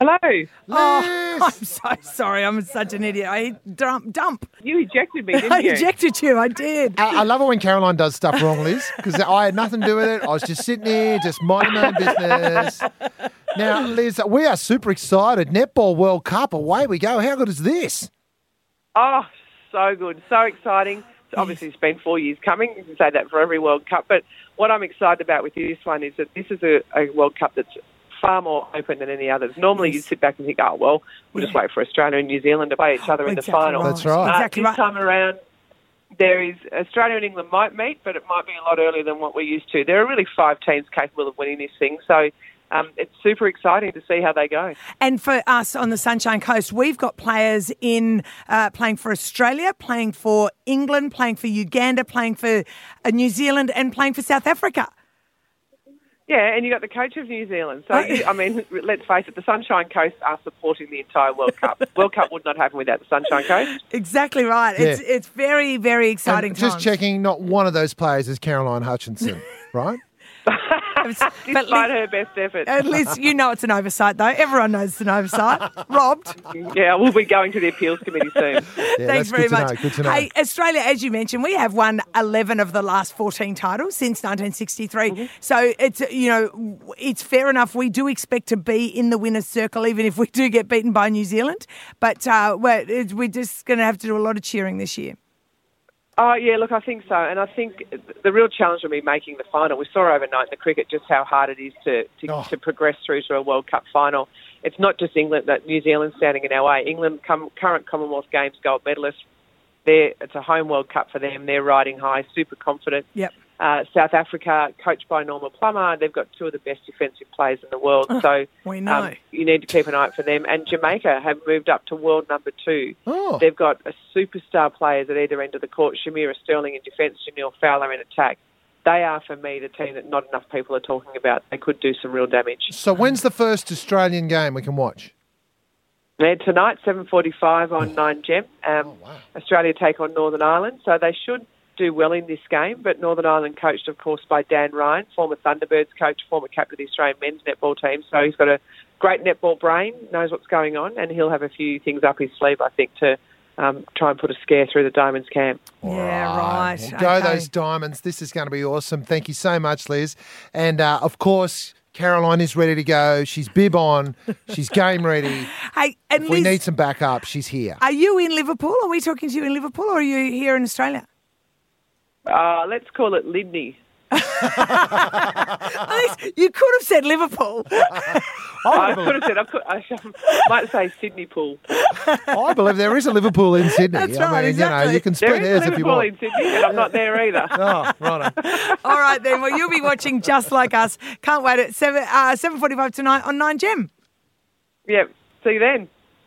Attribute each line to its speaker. Speaker 1: Hello.
Speaker 2: Oh, I'm so sorry. I'm such an idiot. I dump. dump.
Speaker 1: You ejected me, didn't
Speaker 2: I
Speaker 1: you?
Speaker 2: ejected you. I did.
Speaker 3: I, I love it when Caroline does stuff wrong, Liz, because I had nothing to do with it. I was just sitting here, just minding my own business. Now, Liz, we are super excited. Netball World Cup, away we go. How good is this?
Speaker 1: Oh, so good. So exciting. So Obviously, it's been four years coming. You can say that for every World Cup. But what I'm excited about with this one is that this is a, a World Cup that's far more open than any others. Normally, you sit back and think, oh, well, we'll just wait for Australia and New Zealand to play each other in the
Speaker 2: Exactly
Speaker 1: final.
Speaker 3: That's right.
Speaker 1: Uh,
Speaker 2: Exactly
Speaker 1: this
Speaker 2: right.
Speaker 1: time around, there is Australia and England might meet, but it might be a lot earlier than what we're used to. There are really five teams capable of winning this thing, so um, it's super exciting to see how they go.
Speaker 2: And for us on the Sunshine Coast, we've got players in uh, playing for Australia, playing for England, playing for Uganda, playing for uh, New Zealand, and playing for South Africa.
Speaker 1: Yeah, and you got the coach of New Zealand. So you, I mean, let's face it, the Sunshine Coast are supporting the entire World Cup. World Cup would not happen without the Sunshine Coast.
Speaker 2: Exactly right. It's it's very very exciting.
Speaker 3: And just
Speaker 2: times.
Speaker 3: checking, not one of those players is Caroline Hutchinson, right?
Speaker 2: But Uh,
Speaker 1: Despite
Speaker 2: Liz,
Speaker 1: her best effort.
Speaker 2: at least you know it's an oversight, though. Everyone knows it's an oversight. Robbed.
Speaker 1: Yeah, we'll be going to the appeals committee soon.
Speaker 3: Yeah, that's
Speaker 2: Thanks
Speaker 3: good
Speaker 2: very
Speaker 3: to
Speaker 2: much.
Speaker 3: Know, good to know.
Speaker 2: Hey, Australia, as you mentioned, we have won 11 of the last 14 titles since 1963.
Speaker 3: Mm-hmm.
Speaker 2: So it's, you know, it's fair enough. We do expect to be in the winner's circle, even if we do get beaten by New Zealand. But uh, we're, it's- we're just going to have to do a lot of cheering this year.
Speaker 1: Oh yeah, look, I think so, and I think the real challenge will be making the final. We saw overnight in the cricket just how hard it is to to,
Speaker 3: Oh.
Speaker 1: to progress through to a World Cup final. It's not just England that New Zealand standing in our way. England, com- current Commonwealth Games gold medalists, they're, it's a home World Cup for them. They're riding high, super confident.
Speaker 2: Yep.
Speaker 1: Uh, South Africa, coached by Norma Plummer, they've got two of the best defensive players in the world. so
Speaker 2: Oh,
Speaker 1: um,
Speaker 2: we know.
Speaker 1: you need to keep an eye out for them. And Jamaica have moved up to world number two.
Speaker 3: Oh.
Speaker 1: They've got a superstar players at either end of the court, Shamira Sterling in defence, Janelle Fowler in attack. They are, for me, the team that not enough people are talking about. They could do some real damage.
Speaker 3: so when's the first Australian game we can watch?
Speaker 1: Yeah, tonight, 7.45
Speaker 3: Oh.
Speaker 1: on 9 Gem. Um, Australia take on Northern Ireland. So they should do well in this game. But Northern Ireland coached, of course, by Dan Ryan, former Thunderbirds coach, former captain of the Australian men's netball team. So he's got a great netball brain, knows what's going on, and he'll have a few things up his sleeve, I think, to um, try and put a scare through the Diamonds camp.
Speaker 2: yeah, right.
Speaker 3: We'll go
Speaker 2: Okay.
Speaker 3: those diamonds. This is going to be awesome. Thank you so much, Liz. And uh, of course, Caroline is ready to go. She's bib on. She's game ready.
Speaker 2: Hey, and
Speaker 3: If we
Speaker 2: Liz,
Speaker 3: need some backup, she's here.
Speaker 2: are you in Liverpool? Are we talking to you in Liverpool or are you here in Australia?
Speaker 1: Uh, let's call it Lydney.
Speaker 2: At least you could have said Liverpool.
Speaker 3: Oh,
Speaker 1: I could have said, I, could, I might say Sydney Pool.
Speaker 3: I believe there is a Liverpool in Sydney.
Speaker 2: That's
Speaker 3: I
Speaker 2: right,
Speaker 3: mean, you know,
Speaker 2: exactly.
Speaker 3: you can
Speaker 1: There
Speaker 3: split
Speaker 1: is
Speaker 3: hairs if you
Speaker 1: Liverpool
Speaker 3: want.
Speaker 1: in Sydney, and I'm not there either.
Speaker 3: Oh, right.
Speaker 2: All right, then. Well, you'll be watching just like us. Can't wait at 7, uh, 7.45 tonight on 9 Gem.
Speaker 1: Yeah, see you then.